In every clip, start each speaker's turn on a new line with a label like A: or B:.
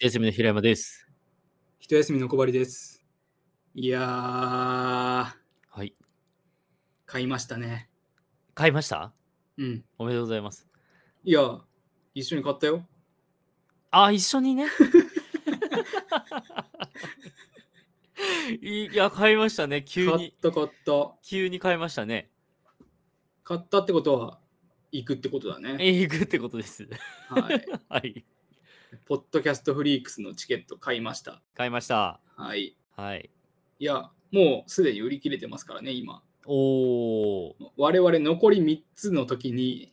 A: 休みの平山です。
B: 一休みの小針です。いやー、
A: はい。
B: 買いましたね。
A: 買いました
B: うん。
A: おめでとうございます。
B: いや、一緒に買ったよ。
A: あ、一緒にね。 いいや、買いましたね。急
B: 買っ
A: に、
B: た買った。
A: 急に買いましたね。
B: 買ったってことは、行くってことだね。
A: え、行くってことです。
B: はい。
A: はい。
B: ポッドキャストフリークスのチケット買いました。
A: 買いました。
B: はい。
A: はい。
B: いや、もうすでに売り切れてますからね、今。
A: おー。
B: 我々残り3つの 時に、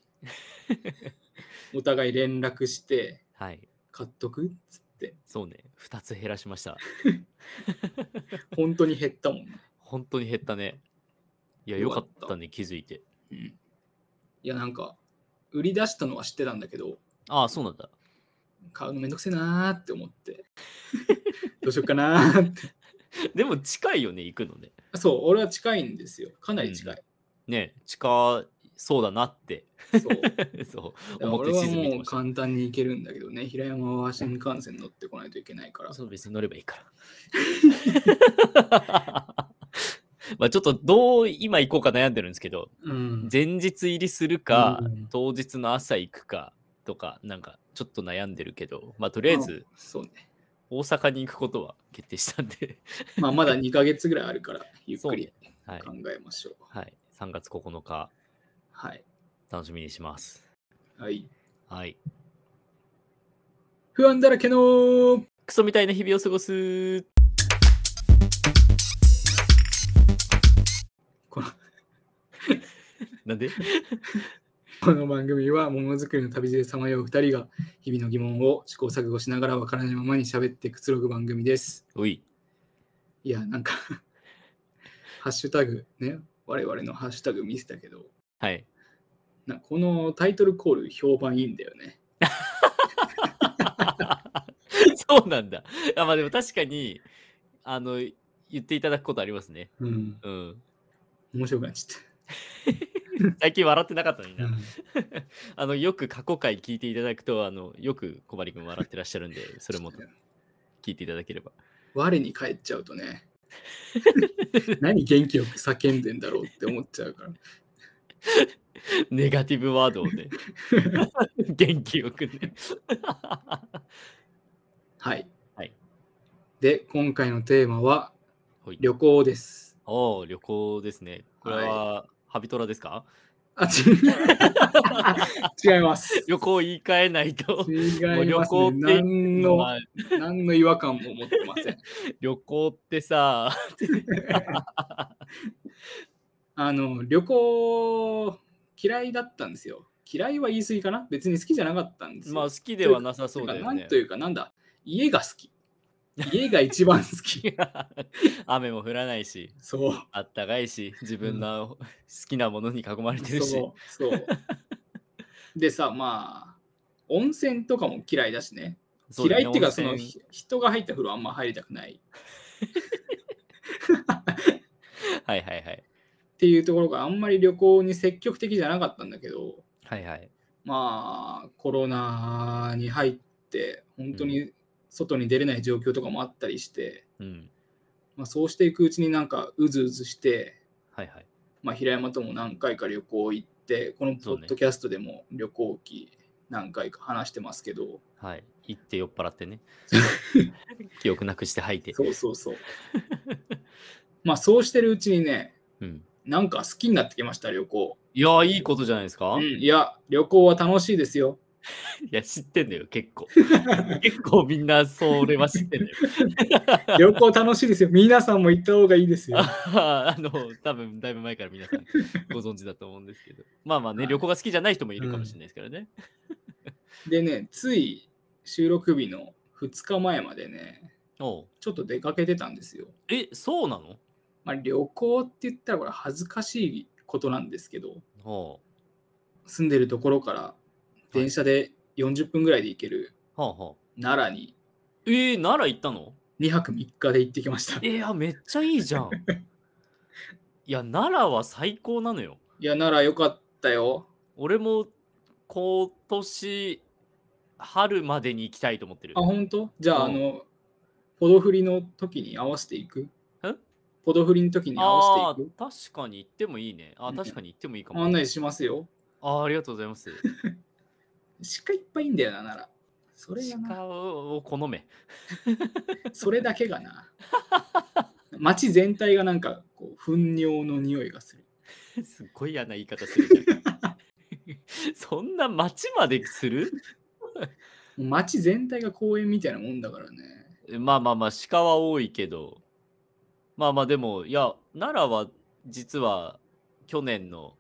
B: お互い連絡して、
A: はい。
B: 買っとくっつって、
A: そうね。2つ減らしました。
B: 本当に減ったもんね。
A: 本当に減ったね。いや、よ
B: よ
A: か
B: かっ
A: ったたね。気づいて。
B: うん。いや、なんか、売り出したのは知ってたんだけど、
A: あそうなんだ。
B: 買うのめんどくせえなーって 思って。どうしようかなーって。
A: でも近いよね、行くのね。
B: そう、俺は近いんですよ。かなり近い。
A: ね、近そうだなって。
B: そう。だか
A: そう。
B: ら
A: 思って
B: 俺は
A: 地図見て
B: もう
A: ました
B: 簡単に行けるんだけどね、平山は新幹線乗ってこないといけないから。
A: そう別に乗ればいいから。 まあちょっとどう今行こうか悩んでるんですけど、
B: うん。
A: 前日入りするか、
B: うん
A: 当日の朝行くかとか、なんかちょっと悩んでるけど、まあとりあえず
B: そうね。
A: 大阪に行くことは決定したんで、
B: まあ、まだ2ヶ月ぐらいあるから、 ゆっくり
A: はい
B: 考、えましょう。
A: はい。3月9日、
B: はい。
A: 楽しみにします。
B: はい。
A: はい。
B: 不安だらけのー
A: クソみたいな日々を過ごす。
B: この
A: なんで
B: この番組はものづくりの旅路でさまよう2人が日々の疑問を試行錯誤しながらわからないままに喋ってくつろぐ番組です。
A: おい。
B: いや、なんか、 ハッシュタグね、我々のハッシュタグ見せたけど、
A: はい。
B: なこのタイトルコール評判いいんだよね。
A: そうなんだ。あまあでも確かに、あの、言っていただくことありますね。
B: うん、
A: うん。
B: 面白くなっちゃっ
A: 最近笑ってなかったのに
B: た。
A: な。あの、よく過去回聞いていただくと、あの、よく小針くん笑ってらっしゃるんで、それも聞いていただければ。
B: 我に返っちゃう とね、何元気よく叫んでんだろうって思っちゃうから。
A: ネガティブワードを ね。元気よくね。
B: はい。
A: はい
B: で、今回のテーマは
A: ほい
B: 旅行です。
A: おお、旅行ですね。これは、ハビトラですか
B: あ、ち違います。
A: 旅行言い換えないと。
B: 違い
A: もう旅
B: ます、
A: 行
B: ね。
A: って
B: 何の
A: まあ
B: 何の違和感も持ってません。
A: 旅行ってさ、
B: あの旅行嫌いだったんですよ。嫌いは言い過ぎかな別に好きじゃなかったんですよ。
A: まあ好きではなさそうだ
B: て
A: よ
B: か
A: ね
B: なんと。いうかなんだ家が好き。家が一番好 き。
A: 雨も降らないし、
B: そう。
A: あったかいし、自分の好きなものに囲まれてるし。
B: そう。そうでさまあ温泉とかも嫌いだしね。
A: そうだ
B: 嫌
A: ね
B: いっていうかそ
A: 温
B: の
A: 泉
B: ひ人が入った風呂あんま入りたくないっ
A: はいはいはい。
B: ていうところがあんまり旅行に積極的じゃなかったんだけど
A: はいはい。
B: まあコロナに入って本当に外に出れない状況とかもあったりして、
A: うん。
B: まあ、そうしていくうちになんかうずうずして、
A: はいはい。
B: まあ、平山とも何回か旅行行ってこのポッドキャストでも旅行記何回か話してますけど
A: はい。行って酔っ払って ね。記憶なくして吐いて。
B: そう,、そうそう まあそうしてるうちにね
A: うん、
B: なんか好きになってきました旅行、
A: いやー、いいことじゃないですか、
B: うん、
A: い
B: いや旅行は楽しいですよ
A: や、知ってんだよ、結 構。結構みんなそれは知ってんだよ。
B: 旅行楽しいですよ皆さんも行った方がいいですよ
A: あの、多分だいぶ前から皆さんご存知だと思うんですけど。まあまあね、
B: はい
A: 旅行が好きじゃない人もいるかもしれないですからね。
B: でねつい収録日の2日前までね
A: おう
B: ちょっと出かけてたんですよ
A: え、そうなの
B: まあ、旅行って言ったらこれ恥ずかしいことなんですけど
A: おう
B: 住んでるところから電車で40分ぐらいで行ける
A: はあはあ。
B: 奈良に
A: えー、奈良行ったの
B: 2泊3日で行ってきました。い
A: いや、めっちゃいいじ ゃん。いや、奈良は最高なのよ。
B: や奈良よかったよ。
A: 俺も今年春までに行きたいと思ってる
B: あ、。本当じゃあ、
A: うん
B: あの、ポドフリの時に合わせていく
A: え
B: ポドフリの時に合
A: あ
B: わ
A: あ
B: せていく
A: ー、確かに行ってもいいね。あ
B: う
A: ー
B: ん
A: 確かに行ってもいいかも。
B: 案内しますよ。
A: あーありがとうございます。
B: 鹿いっぱいいんだよな、なら。それがな
A: 鹿を好め。
B: それだけがな。街全体がなんかこう糞尿の匂いがする。
A: すっごい嫌な言い方するじゃん。 そんな街までする
B: もう街全体が公園みたいなもんだからね。
A: まあまあまあ鹿は多いけどまあまあでもいや奈良は実は去年の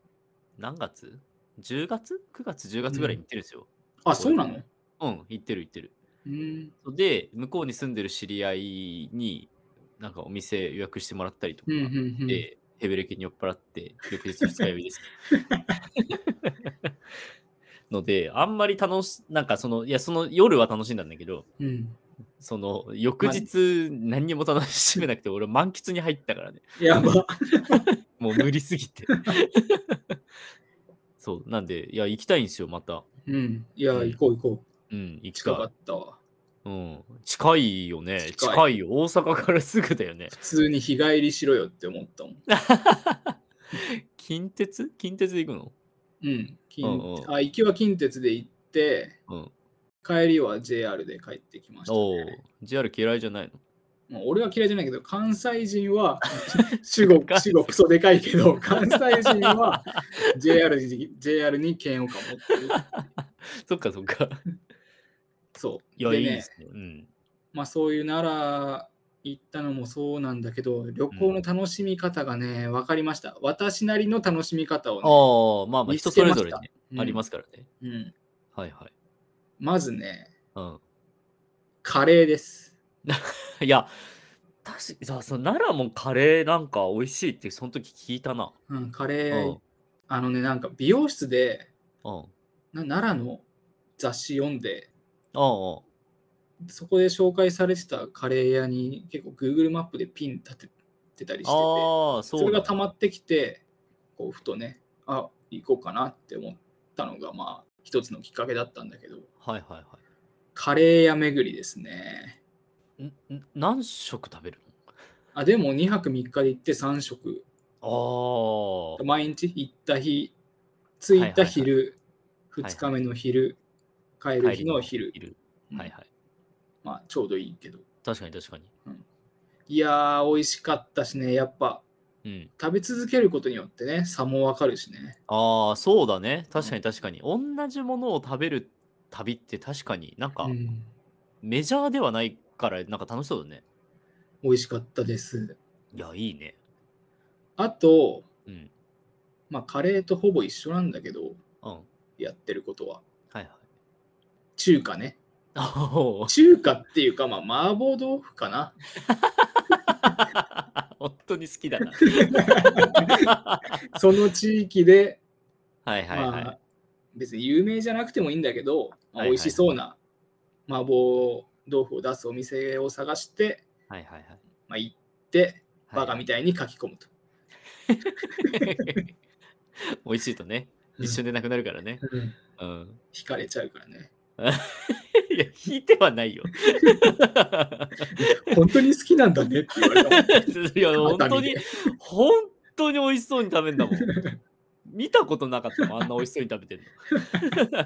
A: 何月 ?10 月 ?9 月10月ぐらいに行ってるんですよ。
B: あ、そうなの
A: うん、行ってる行ってる。
B: うん。
A: で向こうに住んでる知り合いになんかお店予約してもらったりとか
B: うん、うん、うん。
A: でヘベレケに酔っ払って翌日二日酔い です。のであんまり楽しなんかそのいやその夜は楽しんだんだけど
B: うん、
A: その翌日何にも楽しめなくて俺満喫に入ったからね
B: やば。
A: もう無理すぎ てそうなんでいや行きたいんですよまた
B: うん。いや、行こう行こう。
A: うん行き
B: 近か
A: た
B: っ
A: い、
B: たわ。
A: うん、近いよね
B: 近い
A: 近いよ大阪からすぐだよね
B: 普通に日帰りしろよって思ったもん。
A: 近鉄近鉄で行くの
B: うん。近
A: うんうん
B: あ行きは近鉄で行って、
A: うん
B: 帰りは JR で帰ってきました、
A: おお JR 嫌いじゃないの
B: もう俺は嫌いじゃないけど、関西 人は主語
A: 関西
B: 主語クソでかいけど、関西人は JR に JR に嫌悪感持ってる。
A: そっかそっか
B: そう。
A: いや、
B: で
A: い
B: ね
A: いですね。うん。
B: まあそういう奈良行ったのもそうなんだけど、旅行の楽しみ方がね、分かりました。私なりの楽しみ方を
A: あ
B: ね、
A: あ、まあまあ、
B: 見
A: 人
B: つ
A: そ
B: け
A: れ
B: ました、
A: ぞれ、ねありますすからね。
B: うん。
A: はいはい。
B: まずね、
A: う
B: カレーです。
A: ん、いや、確かさ、その奈良もカレーなんか美味しいって、その時聞いたな。
B: うん、カレ
A: う
B: ー
A: ん、
B: あのね、なんか美容室で、
A: うん。
B: な奈良の雑誌読んで、
A: うんうん。
B: そこで紹介されてたカレー屋に結構 Google マップでピン立ててたりしてて、そ
A: ああ、そう
B: れ
A: なん
B: が
A: だ。
B: 溜まってきて、こうふとね、あ行こうかなって思ったのが、まあ、一つのきっかけだったんだけど、
A: はいはいは
B: カレー屋巡りですね。
A: い。んん何食食べる
B: あでも2泊3日で行って3食、
A: のああ。
B: 毎日行った日、着いた昼、
A: いはい
B: 2日目の昼、帰る日の昼、
A: 帰り
B: うん
A: の昼はいはい。
B: まあちょうどいいけど。
A: 確かに確かに。
B: いやー、美味しかったしね、やっぱ
A: うん。
B: 食べ続けることによってね、差もわかるしね。
A: ああ、そうだね。確かに確かに。同じものを食べる旅って確かになんか
B: うん、
A: メジャーではないから、なんか楽しそうだね。
B: 美味しかったです。
A: いや、いいね。
B: あと、
A: うん。
B: まあカレーとほぼ一緒なんだけど、
A: うん。はい
B: やってることは。
A: はい。
B: 中華ね。
A: おー
B: 中華っていうか、まあ麻婆豆腐かな。
A: 本当に好きだな。
B: その地域で
A: はいはいはい。
B: まあ、別に有名じゃなくてもいいんだけど、
A: はい
B: まあ
A: はい
B: 美味しそうな麻婆豆腐を出すお店を探して、
A: はいはいはい。
B: まあ、行ってバカみ
A: た
B: たいに書き込むと。
A: い。 美味しいとね、一瞬でなくなるからね。
B: うん
A: うん。
B: 惹かれちゃうからね。
A: いや、引いてはない よ。
B: 本当に好きなんだねって言われたもん
A: いや、本
B: 熱
A: 当
B: 海
A: に
B: で、
A: 本当に美味しそうに食べん だもん。見たことなかったもん、あんな美味しそうに食べてるの。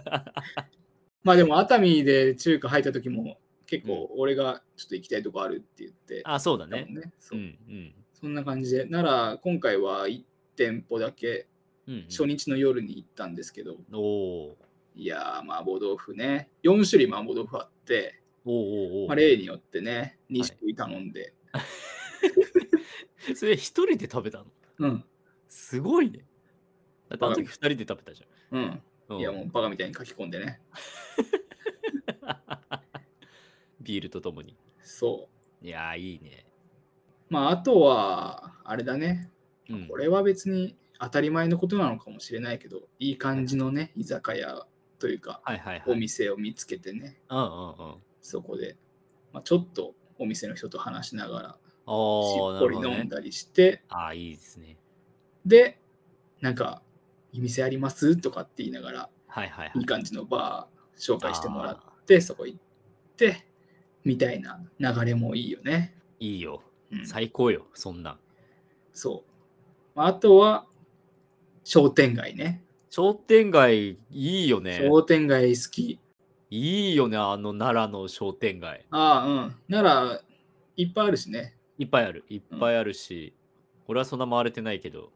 B: まあでも熱海で中華入った時も結構俺がちょっと行きたいとこあるって言って、
A: あ、そうだ
B: だもん
A: ね。
B: ねそううん
A: うん。
B: そんな感じで、なら今回は1店舗だけ
A: うんうん、
B: 初日の夜に行ったんですけど、
A: おお
B: いやー麻婆豆腐ね、4種類麻婆豆腐あって、
A: おおお
B: まあ、例によってね、2種類頼んで、
A: それ一人で食べたの
B: うん、
A: すごいね。だってあの時二人で食べたじ
B: うん、
A: ゃん。
B: いやも
A: う。
B: うんバカみたいに書き込んでね、
A: ビールとともに。
B: そ
A: いやー、いいね。
B: う。まあ、あとは、あれだね、
A: うん
B: これは別に当たり前のことなのかもしれないけど、いい感じのね、居酒屋というか、
A: はいはいはい。
B: お
A: うんうん
B: 店を見つけてね、
A: うん。
B: そこで、まあ、ちょっとお店の人と話しながら、し
A: おー、
B: っ
A: な
B: ぽ
A: る
B: り
A: ほど、
B: 飲ん
A: ね。
B: だりして、
A: あー、いいですね。
B: で、なんか、いい店ありますとかって言いながら、
A: はいはいはい
B: い。感じのバー紹介してもらっ
A: あ
B: って、そこ行って、みたいな流れもいいよね。
A: いいよ。
B: うん
A: 最高よ、そんなん。
B: そう。まああとは、商店街ね。
A: 商店街、いいよね。
B: 商店街好き。
A: いいよね、あの奈良の商店街。
B: ああ、うん。なら、いっぱいあるしね。
A: いっぱいある、いっぱいあるし、俺はそんな回れてないけど、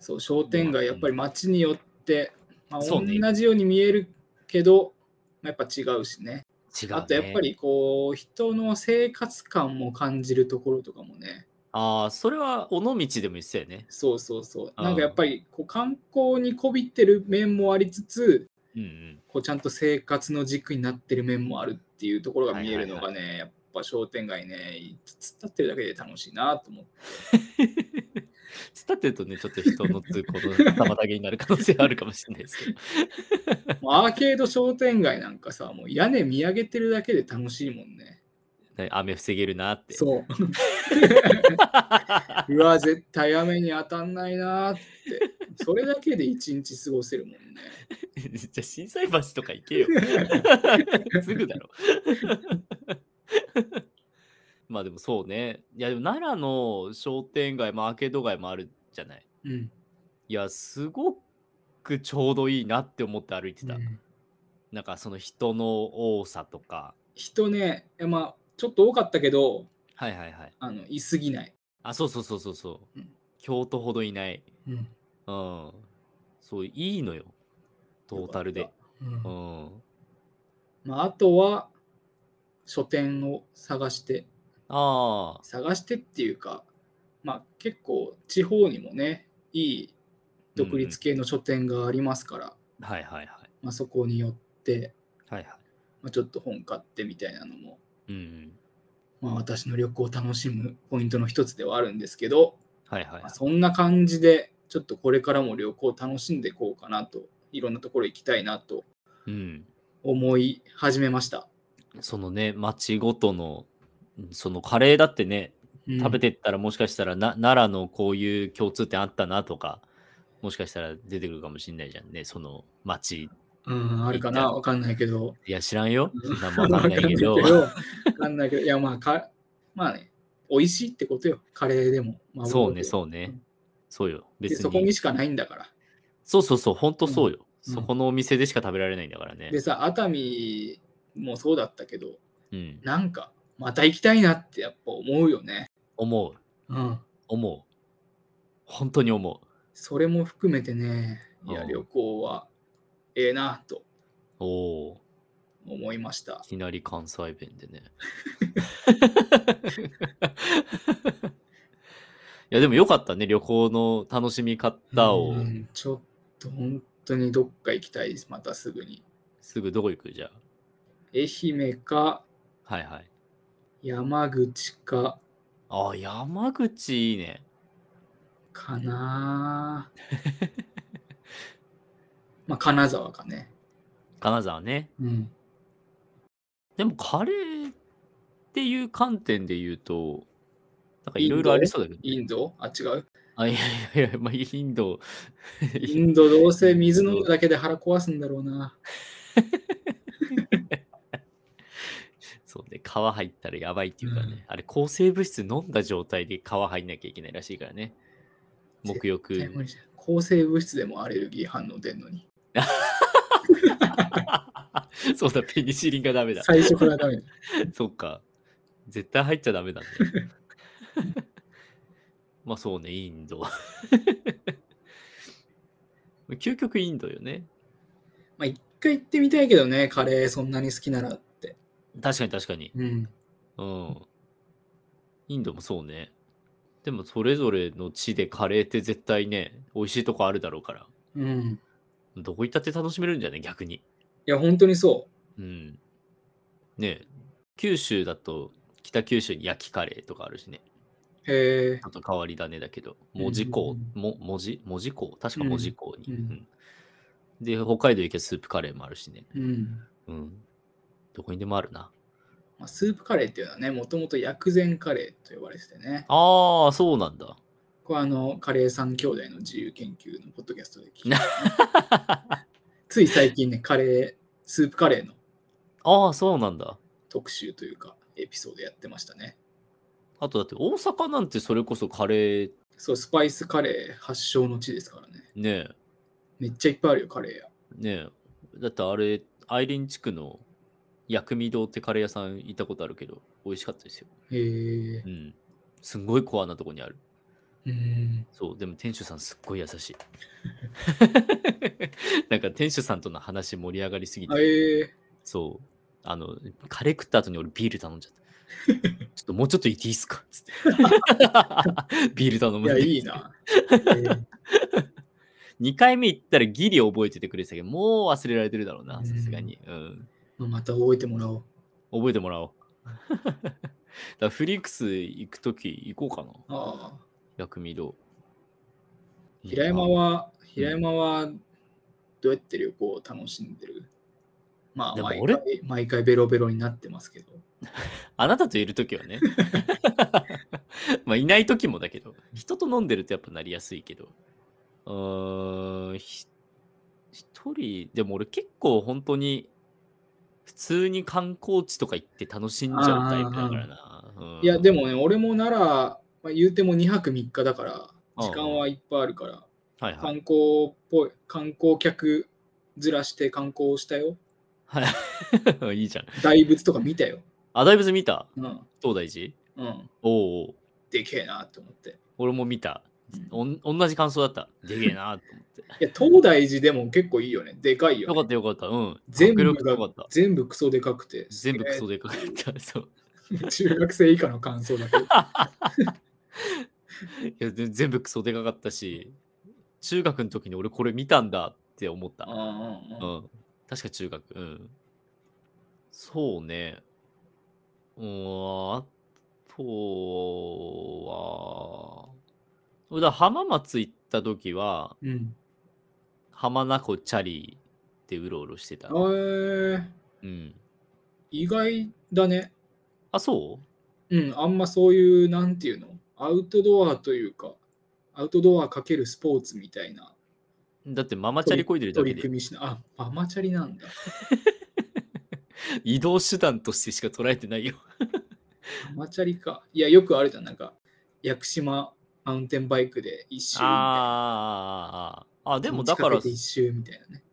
B: そう、商店
A: うん
B: 街、やっぱり街によって、まあ、
A: そうね
B: 同じように見えるけど、まあやっぱ違うしね。
A: 違う、ね。
B: あと、やっぱ。りこう、人の生活感も感じるところとかもね。
A: ああ、それは尾道でも言ってたよね。
B: そうそうそう。
A: あー
B: なんかやっぱりこう観光にこびってる面もありつつ、
A: うんうん。
B: こうちゃんと生活の軸になってる面もあるっていうところが見えるのがね、やっぱ商店街ね、突っ立ってるだけで楽しいなと思って。
A: つったってるとね、ちょっと人の通行の 妨げになる可能性あるかもしれないですけど。
B: もうアーケード商店街なんかさ、もう屋根見上げてるだけで楽しいもんね。
A: ね雨防げるなって。
B: そう。 うわ、絶対雨に当たんないなって。それだけで一日過ごせるもんね。
A: じゃあ、心斎橋とか行 けよ。すぐだろ。 まあでもそうね。いやでも奈良の商店街もアーケード街もあるじゃない。
B: うん。
A: いや、すごくちょうどいいなって思って歩いてた。
B: うん
A: なんかその人の多さとか。
B: 人ね、いやまあ、ちょっと多かったけど、
A: はいはいはい。
B: あの、いすぎない。
A: あ、そうそうそうそうそう。
B: うん
A: 京都ほどいない。
B: うん。
A: うん。そう、いいのよ。トータルで。う
B: うん
A: ん。
B: まあ、あとは書店を探して
A: ああ、
B: 探してっていうか、まあ、結構地方にもねいい独立系の書店がありますから、
A: はいはいはい。
B: まあ、そこによって、
A: はいはい。
B: まあ、ちょっと本買ってみたいなのも、
A: うんうん。
B: まあ、私の旅行を楽しむポイントの一つではあるんですけど、
A: はいはい
B: まあ。そんな感じでちょっとこれからも旅行を楽しんでいこうかなといろんなところ行きたいなと
A: うん。
B: 思い始めました。
A: そのね、町ごとの、うんそのカレーだってね、
B: うん
A: 食べてったらもしかしたらな、奈良のこういう共通点あったなとか、もしかしたら出てくるかもしれないじゃんね、その町。
B: うん、あるかなわかんないけど。
A: いや、知らんよ。何も
B: わ
A: わかんないけど。
B: わかんないけど、いやまあか、まあね、美味しいってことよ、カレーでも。ま あ
A: そうね、
B: う。
A: そうね。そうよ。
B: で
A: 別
B: そこに
A: に。
B: しかないんだから。
A: そうそうそう、ほんとそうよ。
B: うん
A: そこのお店でしか食べられないんだからね
B: で。さ、熱海もそうだったけど、
A: うん。
B: なんか、また行きたいなってやっぱ思うよね。
A: 思う。
B: うん。
A: 思う。本当に思う。
B: それも含めてね、いや、
A: うん
B: 旅行はええなと
A: おお
B: 思いました
A: い。きなり関西弁で ね。いやでもよかったね旅行の楽しみ方を
B: うんちょっと本当にどっか行きたいです、またすぐに。
A: すぐどこ行くじゃ
B: 愛媛か
A: あはいはい
B: 山口か
A: あ山口いいね
B: か なあまあ金沢かね。
A: 金沢ね
B: うん。
A: でもカレーっていう観点で言うとなんかいろいろありそうだけどね、
B: インドあ、違う。
A: あいやいやいや、まあ、インド
B: インドどうせ水飲んだだけで腹壊すんだろうな。
A: そうね皮入ったらやばいっていうからね、あれ抗生物質飲んだ状態で皮入んなきゃいけないらしいからね沐浴
B: 絶対無理じゃん抗生物質でもアレルギー反応出んのに。
A: そうだ、ペニシリンがダメだ。
B: 最初からダメだ。
A: そうか。絶対入っちゃダメなんだ。 まあそうね、インド。 究極インドよね。
B: まあ一回行ってみたいけどね、カレーそんなに好きならって。
A: 確かに確かに。
B: うん。
A: うん。インドもそうね。でもそれぞれの地でカレーって絶対ね、美味しいとこあるだろうから。
B: うん。
A: どこ行ったって楽しめるんじゃね、逆に。
B: いや、本当にそ
A: うん。ねえ九州だと北九州に焼きカレーとかあるしね。
B: う。へえ。
A: あと変わり種だけど、文字港、
B: う
A: も文字文字港、確か文字港に、
B: うん
A: うんで、北海道行けばスープカレーもあるしね。
B: うん。
A: うん。どこにでもあるな。
B: まあ、スープカレーっていうのはね、もともと薬膳カレーと呼ばれててね。
A: ああ、そうなんだ。
B: これあの、カレー三兄弟の自由研究のポッドキャ ストで聞いた。つい最近ね、カレー、スープカレーの
A: あああ、そうなんだ。
B: 特集というか、エピソードやってましたね。
A: あとだって大阪なんてそれこそカレー
B: そう、スパイスカレー発祥の地ですからね。
A: ねえ、
B: めっちゃいっぱいあるよ、カレー屋。
A: ねえ。だってあれ、アイリン地区の薬味堂ってカレー屋さん行ったことあるけど、美味しかったですよ。
B: へえ
A: うん。すんごいコアなとこにある。
B: うん。
A: そう、でも店主さんすっごい優しい。 なんか店主さんとの話盛り上がりすぎ
B: あ
A: て、
B: えー
A: そう、あの、カレー食った後に俺ビール頼んじゃった。 ちょっともうちょっといていいっすかつって。 ビール頼むん
B: いや、
A: で
B: いい な。えー
A: 2回目行ったらギリ覚えててくれてたけど、もう忘れられてるだろうな、さすがに。うん。
B: まあまた覚えてもらおう。
A: 覚えてもらおう。 だからフリークス行くとき行こうかな。
B: ああ
A: 薬味堂。
B: 平山は、平山は、どうやって旅行を楽しんでるまあ、
A: でも
B: 毎
A: 俺
B: 回、毎回ベロベロになってますけど。
A: あなたといるときはね。 まあ、いないときもだけど、人と飲んでるとやっぱなりやすいけど。うーん、ひ一人、でも俺結構本当に、普通に観光地とか行って楽しんじゃうタイプだからな。うん
B: いや、でもね、俺もなら、まあ、言うても2泊3日だから、
A: うん
B: 時間はいっぱいあるから、
A: はいは
B: 観
A: い。
B: 光っぽい、観光客ずらして観光したよ。
A: はい、 いいじゃん。
B: 大仏とか見たよ。
A: あ、大仏見た
B: うん。
A: 東大寺
B: うん。
A: おうおう
B: でけえなって思って。
A: 俺も見た。
B: うん
A: おん同じ感想だ った。でけえなと思って。
B: いや、東大寺でも結構いいよね。でかいよ
A: よ
B: ね、
A: かったよかった。うん。
B: 全部
A: 迫力
B: が
A: よかった。
B: 全部クソでかくて。
A: 全部クソでかかった。 そう。
B: 中学生以下の感想だけど。
A: いやで全部クソでかかったし中学の時に俺これ見たんだって思った、
B: うん
A: う
B: うんうん
A: ん、確か中学うんそうねうんあとは俺だ浜松行った時は
B: うん。
A: 浜名湖チャリでうろうろしてた、う
B: えー、
A: ん、
B: 意外だね。
A: あそう
B: うん、あんまそういう、なんていうのアウトドアというか、アウトドアかけるスポーツみたいな
A: だってママチャ
B: 取
A: リ
B: り
A: こいでるだ
B: 取
A: け
B: り
A: で
B: 組みしな。あ、ママチャリなんだ。
A: 移動手段としてしか捉えてない よ
B: ママチャリか。いや、よくあるじゃん。なんか、屋久島マウンテンバイクで一周みたいな。
A: あーあーあーあーあでもだ
B: 持ち
A: か
B: け
A: ら
B: て一周みたいなね。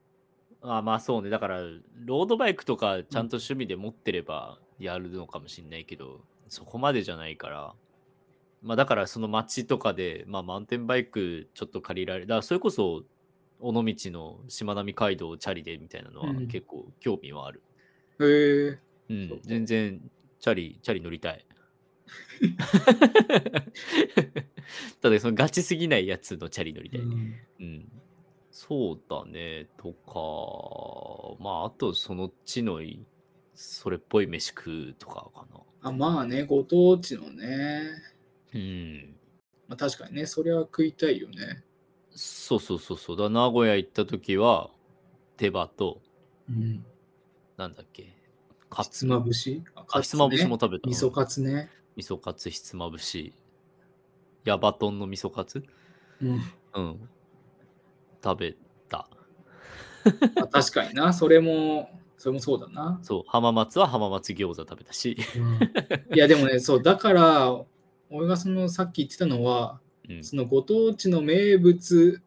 A: あまあそうねだからロードバイクとかちゃんと趣味で持ってればやるのかもしれないけど、そこまでじゃないからまあだからその街とかで、まあ、マウンテンバイクちょっと借りられだからそれこそ尾道のしまなみ海道をチャリでみたいなのは
B: うん
A: 結構興味はある、
B: へえ
A: うん
B: そうか
A: 全然チャリチャリ乗りた い ただそのガチすぎないやつのチャリ乗りたい、
B: うん
A: うん、そうだねとかまああとその地のいそれっぽい飯食うとかかな
B: あまあね、ご当地のね。
A: うん
B: まあ、確かにね、それは食いたいよね。
A: そうそうそうそうだ名古屋行った時は手羽と
B: うん。
A: なんだっけカ
B: ひつ
A: ツ
B: まぶしあ
A: あひつまぶしも
B: カ
A: 食べ
B: ツ
A: た
B: ね味噌カツね。
A: 味噌カツひつまぶしヤバトンの味噌カツ
B: うん、
A: うん食べた
B: あ確かにな、それも、それもそうだな。
A: そう浜松は浜松餃子食べたし、
B: いや、でもね、そう、だから、俺がそのさっき言ってたのは、
A: うん、
B: そのご当地の名物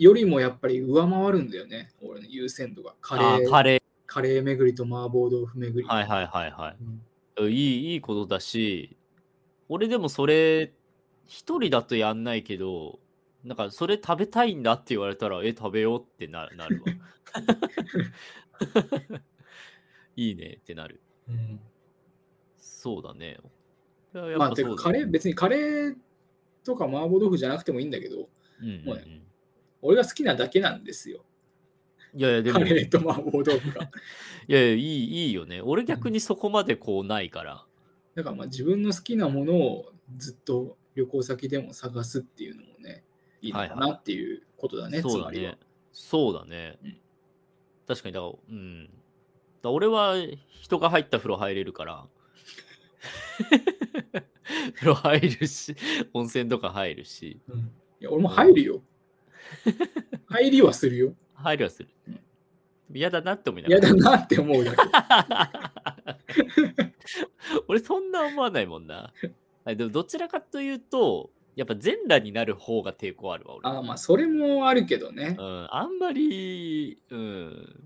B: よりもやっぱり上回るんだよね、俺の優先度が。カレ
A: あ
B: ー、
A: カレ
B: カレー巡りと麻婆豆腐巡り。
A: ーはいはいはいはい
B: うん
A: いい、いいことだし、俺でもそれ、一人だとやんないけど、なんかそれ食べたいんだって言われたら、え、食べようって ななるわ。 いいねってなる。
B: うん
A: そうだね。いややっぱ
B: まあ、て
A: そ
B: か
A: うだ
B: カレー、別にカレーとか麻婆豆腐じゃなくてもいいんだけど、
A: うんうんうん
B: もうね俺が好きなだけなんですよ。
A: いやいや、で
B: カ
A: も、
B: レ
A: い
B: ーと麻婆豆腐が。
A: やいや、いい、いいよね。俺逆にそこまでこうないから。
B: だからまあ自分の好きなものをずっと旅行先でも探すっていうのもね、いいのか
A: はいは
B: なっていうことだね、
A: そう
B: つま
A: だ
B: りは
A: ね。。そうだね。
B: うん
A: 確かに、だから、うん。だから俺は人が入った風呂入れるから。 風呂入るし、温泉とか入るし、
B: うん いや俺も入るよ。入りはするよ。
A: 入りはする
B: うん。
A: 嫌だなって思いな
B: 嫌
A: がら
B: だなって思うだけ。
A: 俺そんな思わないもんな。はいでもどちらかというと、やっぱ全裸になる方が抵抗あるわ、俺。
B: あーまあ、それもあるけどね
A: う。ん、あんまり、うん、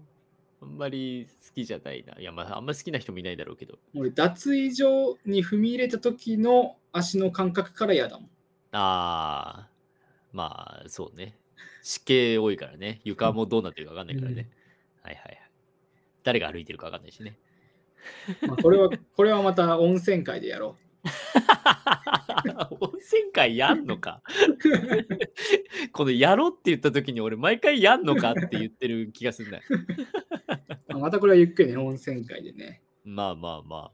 A: あんまり好きじゃないな。いや、まあ、あんまり好きな人もいないだろうけど。
B: 俺、脱衣所に踏み入れた時の足の感覚から嫌だもん。
A: ああ、まあ、そうね。死刑多いからね。床もどうなってるか分かんないからね。はいはいはい。誰が歩いてるか分かんないしね。
B: まあ、これは、 これはまた温泉会でやろ
A: 温泉会やんのか このやろうって言った時に俺毎回やんのかって言ってる気がするんだ
B: う。まあまたこれはゆっくりね、温泉会でね。
A: まあまあまあ。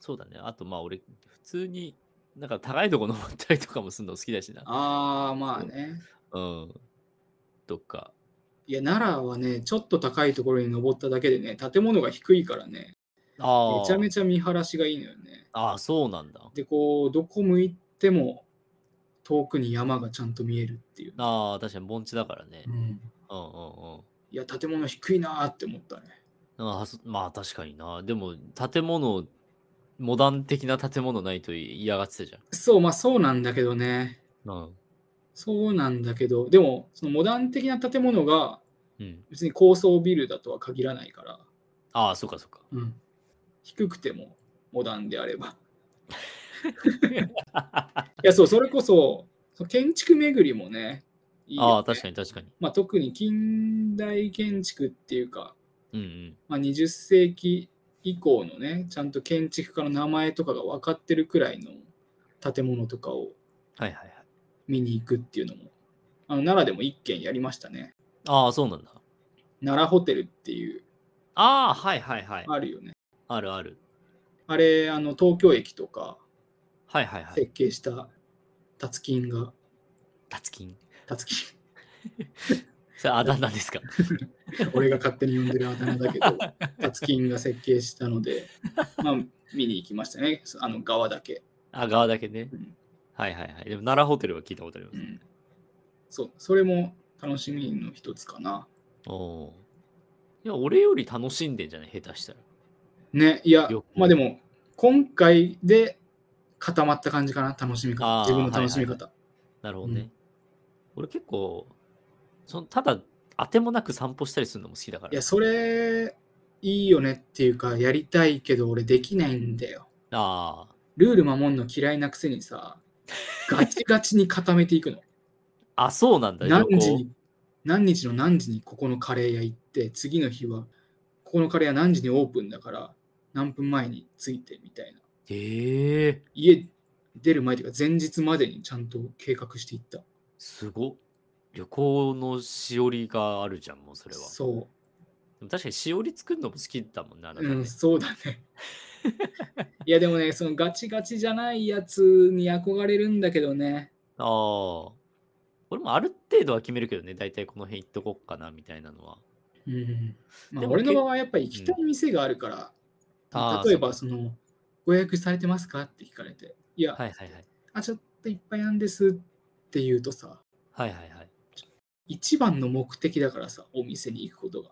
A: そうだね。あとまあ俺、普通になんか高いとこ登ったりとかもするの好きだしな。
B: ああ、まあね。
A: うん。とか。
B: いや、奈良はね、ちょっと高いところに登っただけでね、建物が低いからね、
A: ああ。
B: めちゃめちゃ見晴らしがいいのよね。
A: ああ、そうなんだ。
B: で、こう、どこ向いても遠くに山がちゃんと見えるっていう。
A: ああ、確かに盆地だからね
B: う。ん、
A: うんうんうん。
B: いや、建物低いなーって思ったね。
A: ああそまあ確かにな。でも建物、モダン的な建物ないと嫌がってたじ
B: そう、まあそうなんだけどね。
A: ゃん。
B: そうなんだけど、でも、そのモダン的な建物が
A: うん。うん、
B: 別に高層ビルだとは限らないから、
A: ああ、そうかそうか。
B: うん、低くてもモダンであれば。いや、そう、それこそ、その建築巡りもね、 いいよね
A: ああ、確かに確かに。
B: まあ、特に近代建築っていうか、
A: うんうん。
B: まあ、20世紀以降のね、ちゃんと建築家の名前とかが分かってるくらいの建物とかを
A: はいはいはい。
B: 見に行くっていうのも、あの奈良でも1軒やりましたね。
A: ああ、そうなんだ。
B: 奈良ホテルっていう、
A: ああ、はいはいはい。
B: あるよね。
A: あるある。
B: あれ、あの東京駅とか
A: はいはいはい。
B: 設計した達金が、
A: タツキン。
B: 達金、
A: それあだ名ですか
B: 俺が勝手に呼んでるあだ名だけ ど、達金が設計したので、まあ、見に行きましたね、あの側だけ。
A: あ、側だけね
B: うん。
A: はいはいはい。でも奈良ホテルは聞いたことありま
B: う
A: す。
B: ん、そう、それも楽しみの一つかな。
A: おおー。いや、俺より楽しんでんじゃない下手したら。
B: ね、いや
A: よ、く
B: まあでも、今回で固まった感じかな、楽しみ
A: あ
B: 方、
A: ー
B: 自分の楽しみ方。
A: なるほど
B: う
A: ね。俺結構、そのただ、当てもなく散歩したりするのも好きだか
B: い
A: ら
B: や、。それ、いいよねっていうか、やりたいけど俺できないんだよ。
A: ああ。
B: ルール守んの嫌いなくせ にさ、ガチガチに固めていくの。
A: あ、そうなんだ。
B: 何時
A: 旅行
B: に、何日の何時にここのカレー屋行って、次の日は、ここのカレー屋何時にオープンだから、何分前に着いてみたいな。
A: へえ、
B: 家出る前というか、前日までにちゃんと計画していった。
A: すごっ。旅行のしおりがあるじゃん、もうそれは。
B: そ
A: でも確かにしおり作るのも好きだもんな。あな
B: う、
A: たね
B: うん、そ うだね。いや、でもね、そのガチガチじゃないやつに憧れるんだけどね。
A: ああ。俺もある程度は決めるけどね、大体この辺行っとこっかなみたいなのは。
B: うん。まあ、
A: でも
B: 俺の
A: け
B: 場合はやっぱり行きたい店があるから、
A: あー
B: 例えばそのご予約されてますかって聞かれて、いや、
A: はいはいはい。
B: あちょっといっぱいなんですって言うとさ、
A: はいはいはい。
B: 一番の目的だからさ、お店に行くことが。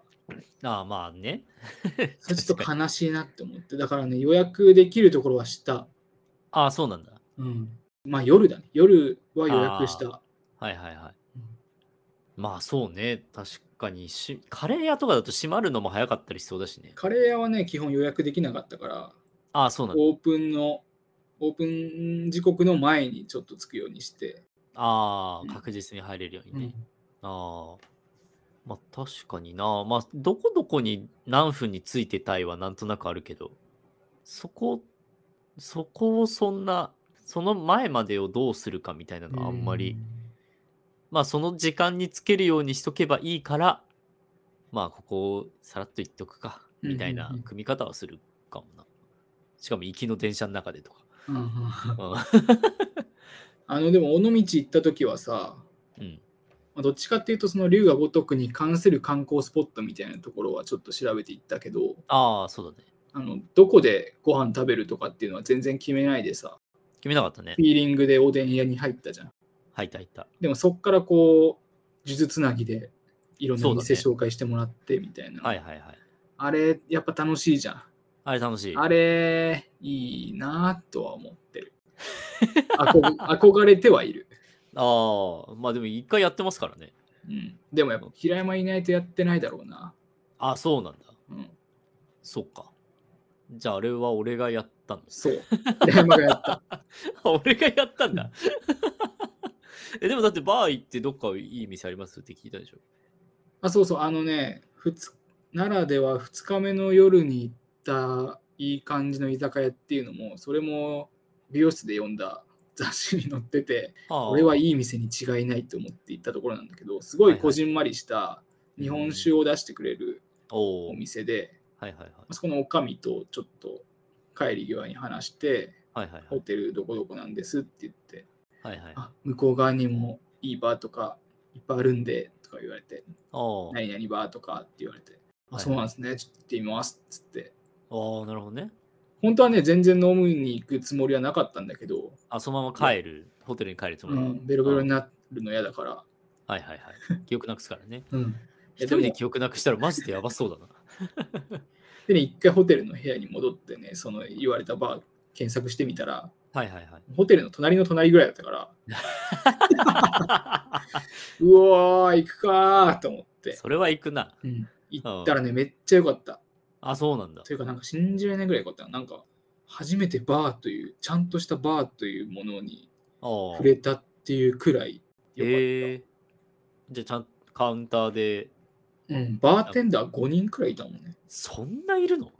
A: ああ、まあね。
B: それちょ
A: 確
B: っと
A: かに
B: 悲しいなって思って、だからね、予約できるところはした。
A: ああ、そうなんだ。
B: うん。まあ夜だね。夜は予約した。
A: はいはいはい
B: うん。
A: まあそうね。確かにし、カレー屋とかだと閉まるのも早かったりしそうだしね。
B: カレー屋はね、基本予約できなかったから、
A: ああ、そうなんだ。
B: オープンの、オープン時刻の前にちょっと着くようにして。
A: あ
B: うん
A: あ、確実に入れるよう
B: う
A: にね。
B: ん
A: ああ。まあ確かにな。まあどこどこに何分についてたいはなんとなくあるけど、そこ、そこをそんな、その前までをどうするかみたいなのはあんまり、まあその時間につけるようにしとけばいいから、まあここをさらっと言っとくか、
B: うんうんうん
A: みたいな組み方はするかもな。しかも行きの電車の中でとか。
B: うん。うん
A: う
B: あの、でも、尾道行った時はさ、
A: ん うん。
B: まあどっちかっていうと、その龍が如くに関する観光スポットみたいなところはちょっと調べていったけど、
A: ああ、そうだね。
B: あのどこでご飯食べるとかっていうのは全然決めないでさ、
A: 決めなかったね
B: フ。ィーリングでおでん屋に入ったじゃん。
A: 入った入った。
B: でもそっからこう、呪術つなぎでいろんな
A: そうだね
B: 店紹介してもらってみたいな。
A: はいはいはい。
B: あれ、やっぱ楽しいじゃん。
A: あれ楽しい。
B: あれ、いいなぁとは思ってる。 憧憧れてはいる。
A: ああ、まあでも一回やってますからね。
B: うん、でもやっぱ平山いないとやってないだろうな。
A: あそうなんだ。
B: うん、
A: そっか。じゃああれは俺がやったんです。
B: そう。平山がやった。
A: 俺がやったんだ。 えでもだってバー行ってどっかいい店ありますって聞いたでしょ。
B: あ、そうそう、あのね、ふつ奈良では2日目の夜に行ったいい感じの居酒屋っていうのも、それも美容室で読んだ雑誌に載ってて、
A: あ
B: 俺はい
A: い。
B: い店に違いないと思って行ったところなんだけど、すごいこじんまりした日本酒を出してくれる
A: おお。
B: お
A: はい
B: 店で、
A: はいはい。
B: そこのおかみとちょっと帰り際に話して、
A: はいはいは
B: ホ
A: い。
B: テルどこどこなんですって言って、
A: はいはい、あ
B: あ向こう側にもいいバーとかいっぱいあるんでとか言われて、
A: あ。
B: 何々バーとかって言われて、あ
A: はい
B: そうなんですね、ちょっと行ってみますっつって。
A: ああ、なるほどね。
B: 本当はね、全然飲むに行くつもりはなかったんだけど、
A: あ、そのまま帰る。ホテルに帰るつも
B: う
A: り。
B: ん、ベロベロに
A: な
B: なるの嫌だから、
A: はいはい はい。記憶なくすからね。
B: うん、
A: 一
B: で
A: 人
B: も
A: で記憶なくしたらマジでやばそうだ な。
B: でね、一回ホテルの部屋に戻ってね、その言われたバー検索してみたら、
A: はいはいはい。
B: ホテルの隣の隣ぐらいだったから、うわー、行くかーと思っ て、
A: それは行くな。
B: うん、行ったらね、めっちゃ良かった。
A: あ、そうなんだ。
B: というか、なんか信じられないぐらい良かった。なんか、初めてバーという、ちゃんとしたバーというものに
A: ああ
B: 触。れたっていうくらい良かった。
A: えーじゃあちゃんカウンターで、
B: うん、バーテンダー5人くらいいたもんね。
A: そんない るの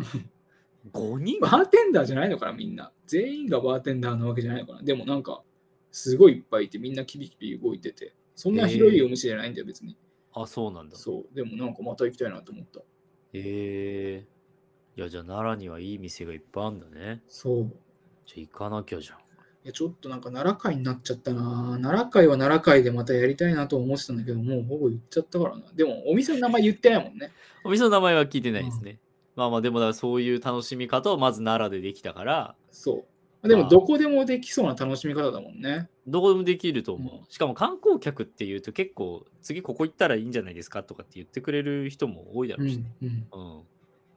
A: ?5 人
B: バーテンダーじゃないのかな、みんな。全員がバーテンダーなわけじゃないのかな。でもなんか、すごいいっぱいいて、みんなキビキビ動いてて。そんな広いお店じゃないんだよ、別に。
A: あ、そうなんだ。
B: そう。でもなんかまた行きたいなと思った。
A: えーいや、じゃあ奈良にはいい店がいっぱいあるんだね。
B: そう。
A: じゃあ行かなきゃじゃん。
B: いやちょっとなんか奈良会になっちゃったな。奈良会は奈良会でまたやりたいなと思ってたんだけど、もうほぼ言っちゃったからな。でもお店の名前言ってないもんね。
A: お店の名前は聞いてないですね。まあまあ、でもだからそういう楽しみ方をまず奈良でできたから、
B: そう。で
A: ま
B: も
A: あ
B: どこでもできそうな楽しみ方だもんね。
A: どこでもできると思う。
B: う
A: しかも観光客っていうと結構、次ここ行ったらいいんじゃないですかとかって言ってくれる人も多いだろうしね。
B: うん
A: うん。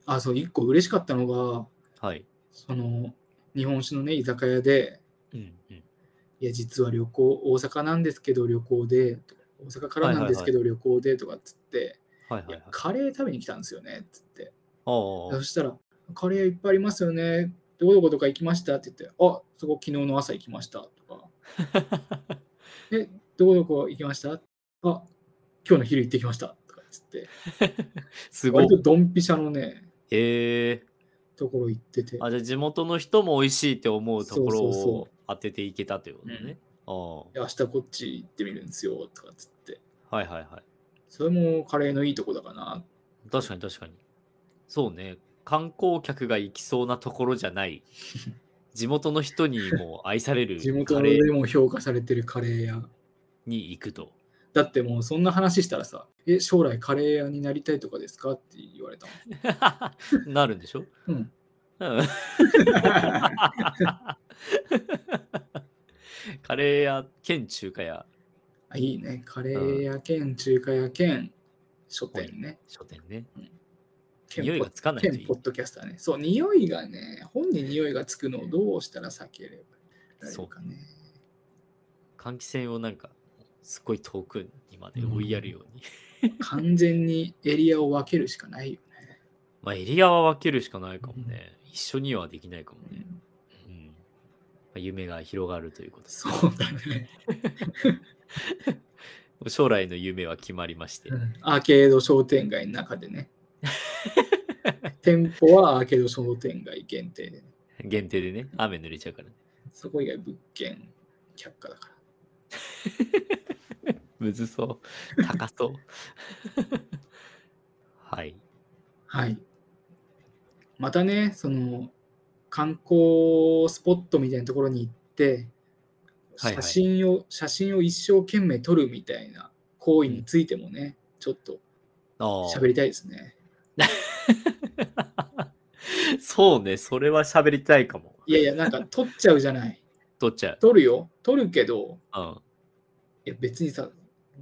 B: あ、そう、一個嬉しかったのが、
A: はい。
B: その、日本酒のね、居酒屋で、
A: うんうん。
B: いや、実は旅行、大阪なんですけど旅行で、とか大阪からなんですけど旅行でとかっつって、
A: はいはい
B: い
A: はい
B: や。、カレー食べに来たんですよね、っつって。
A: ああ
B: そしたら、カレーいっぱいありますよね。どこどことか行きましたって言って、あそこ昨日の朝行きましたとか、え、どこどこ行きましたあ今日の昼行ってきましたとかっつって、
A: すごい
B: 割。とドンピシャのね、
A: へえ
B: ところ行ってて、
A: あ、じゃあ地元の人も美味しいって思うところ
B: そうそうそ
A: を当てていけたということね。
B: 明日こっち行ってみるんですよとかっつって、
A: ああ、はいはいは
B: それもカレーのいいとこだかな。
A: い。確かに確かに。そうね。観光客が行きそうなところじゃ ない。地元の人にも愛される
B: 地元
A: カレ
B: で
A: ー
B: も評価されてるカレー屋。
A: に行くと。
B: だってもうそんな話したらさ、え、将来カレー屋になりたいとかですかって言われたもん。
A: なるんでしょ
B: うん。
A: うん カレー屋兼中華屋
B: あいいね。カレー屋兼中華屋兼書店ね。
A: 書店ね。
B: 兼
A: 匂いがつかないとい
B: 兼
A: い
B: ポ。ッドキャスターね。そう、匂いがね、本に匂いがつくのをどうしたら避ければいいかね。
A: 換気扇をなんかすごい遠くにまで追いやるように、
B: 完全にエリアを分けるしかないよね。
A: まあエリアは分けるしかないかもね、一緒にはできないかもね、うんまあ、夢が広がるということです
B: そうだね、
A: 将来の夢は決まりまして、
B: アーケード商店街の中で ね。店舗はアーケード商店街限定。
A: 限定でね雨濡れちゃうからね
B: そこ以外物件却下だから。
A: むず そう高そう はい
B: はい。またね、その観光スポットみたいなところに行って、
A: はいは
B: 写
A: い
B: 真を、写真を一生懸命撮るみたいな行為についてもね、ちょっと
A: ああ
B: 喋りたいですね。
A: そうねそれは喋りたいかも
B: いやいや、なんか撮っちゃうじゃない。
A: どっちや
B: 撮るよ。撮るけど、
A: うん
B: いや別にさ、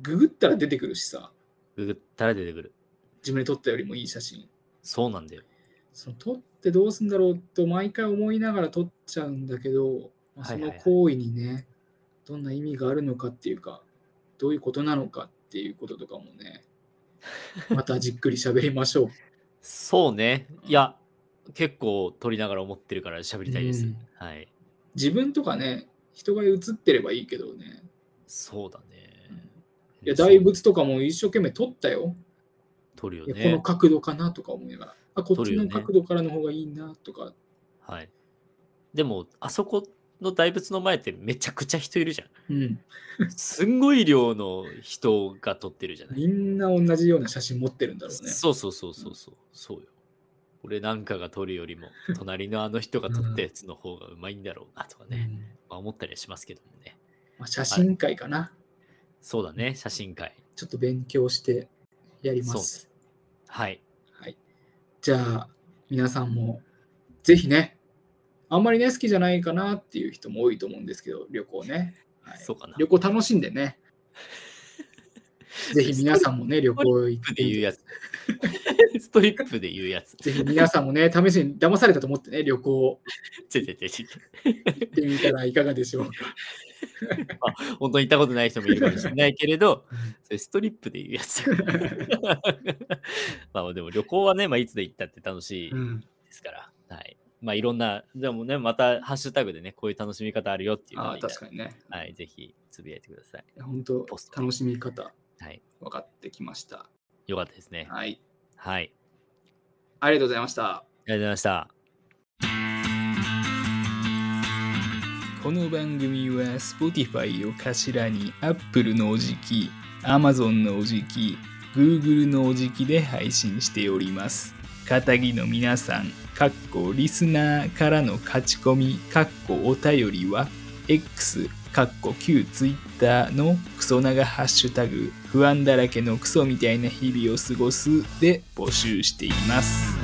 B: ググったら出てくるしさ、
A: ググったら出てくる。
B: 自分で撮ったよりもいい写真。
A: そうなんだよ。
B: その撮ってどうすんだろうと毎回思いながら撮っちゃうんだけど、まあ
A: はい
B: そ
A: はい
B: の
A: はい
B: 行為にね、どんな意味があるのかっていうか、どういうことなのかっていうこととかも ね、またじっくり喋りましょう。
A: そうね。いや、結構撮りながら思ってるから喋りたいです。
B: うん
A: はい。
B: 自分とかね、人が映ってればいいけどね、
A: そうだね。
B: いや
A: そう
B: 大仏とかも一生懸命撮ったよ。
A: 撮るよ
B: いやこの
A: ね。
B: 角度かなとか思いながら、あ、こっ
A: 撮
B: ち
A: るよ
B: の
A: ね
B: 角度からの方がいいなとか、
A: はい。でも、あそこの大仏の前ってめちゃくちゃ人いるじゃん。
B: うん、
A: すんごい量の人が撮ってるじゃない。
B: みんな同じような写真持ってるんだろうね。
A: そうそうそうそうそう。そうよ。俺なんかが撮るよりも、隣のあの人が撮ったやつの方がうまいんだろうなとか
B: う
A: ね。
B: ん
A: まあ、思ったりはしますけどもね。
B: まあ、写真会かな、
A: そうだね、写真会。
B: ちょっと勉強してやります。
A: はい。
B: はい、じゃあ、皆さんもぜひね、あんまりね、好きじゃないかなっていう人も多いと思うんですけど、旅行ね。はい
A: そうかな。
B: 旅行楽しん でね。ぜひ皆さんもね、旅行行
A: ストリップ
B: っ
A: で言うやつ。 ストリ
B: て
A: ップで言うやつ。
B: ぜひ皆さんもね、試しに騙されたと思ってね、旅行
A: ちょちょちょちょ
B: 行ってみたらいかが でしょうか。
A: 本当に行ったことない人もいるかもしれないけれど、それストリップで言うやつ。 まあでも旅行はね、まあ、いつで行ったって楽しい
B: うん
A: ですから。はい。まあいろんな、でもね、またハッシュタグでね、こういう楽しみ方あるよっていうのが
B: ああ、
A: いたら
B: 確かにね。
A: はい、ぜひつぶやいてください。
B: 本当
A: ポス、ト
B: 楽しみ方、
A: はい。
B: 分かってきました。
A: よかったですね。
B: はい。
A: はい。
B: ありがとうございました。
A: ありがとうございました。
B: この番組は Spotify を頭に Apple のおじき、Amazon のおじき、Google のおじきで配信しております。片木の皆さん、かっこリスナーからの書き込み、かっこお便りは X、かっこ旧 Twitter のクソ長ハッシュタグ、不安だらけのクソみたいな日々を過ごすで募集しています。